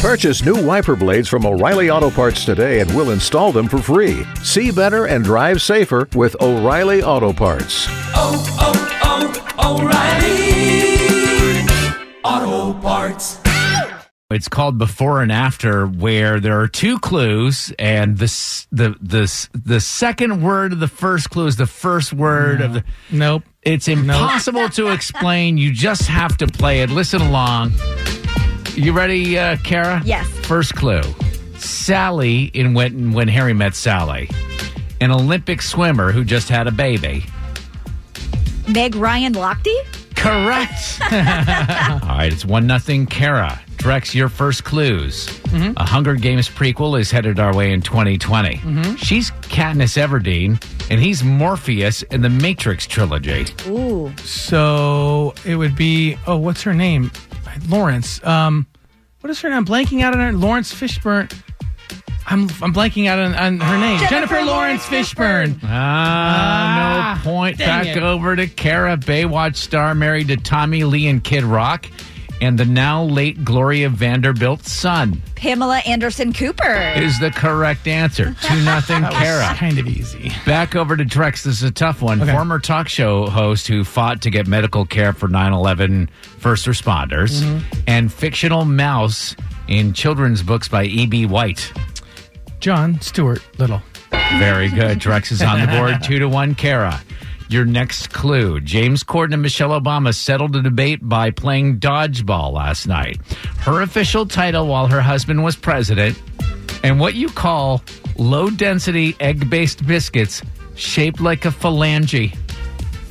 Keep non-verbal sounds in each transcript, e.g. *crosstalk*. Purchase new wiper blades from O'Reilly Auto Parts today and we'll install them for free. See better and drive safer with O'Reilly Auto Parts. oh, oh, O'Reilly. Auto parts. It's called Before and After, where there are two clues, and the s- the the s- the second word of the first clue is the first word of the. Nope. It's impossible to explain. You just have to play it. Listen along. You ready, uh, Kara? Yes. First clue: Sally in when when Harry met Sally, an Olympic swimmer who just had a baby. Meg Ryan Lochte? *laughs* Correct. All right, it's one nothing. Kara directs your first clues. Mm-hmm. A Hunger Games prequel is headed our way in 2020. Mm-hmm. She's Katniss Everdeen, and he's Morpheus in the Matrix trilogy. Ooh. So it would be oh, what's her name? Lawrence. Um, what is her name? I'm blanking out on her. Lawrence Fishburne. I'm I'm blanking out on, on her name. Jennifer, Lawrence Fishburne. Ah, no point. dang Back it. over to Kara, Baywatch star married to Tommy Lee and Kid Rock, and the now late Gloria Vanderbilt's son Pamela Anderson Cooper. is the correct answer. Two *laughs* nothing, Kara. Kind of easy. Back over to Drex. This is a tough one. Okay. Former talk show host who fought to get medical care for 9 11 first responders, and fictional mouse in children's books by E.B. White. John Stewart Little. Very good. Drex is on the board. Two to one, Kara. Your next clue James Corden and Michelle Obama settled a debate by playing dodgeball last night. Her official title while her husband was president, and what you call low density egg based biscuits shaped like a phalange.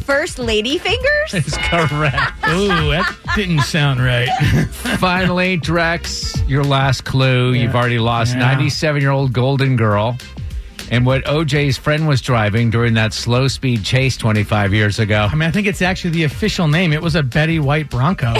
First Lady Fingers? is correct. *laughs* Ooh, that didn't sound right. Finally, Drex, your last clue. You've already lost 97 year old Golden Girl. And what OJ's friend was driving during that slow speed chase 25 years ago. I mean, I think it's actually the official name. It was a Betty White Bronco.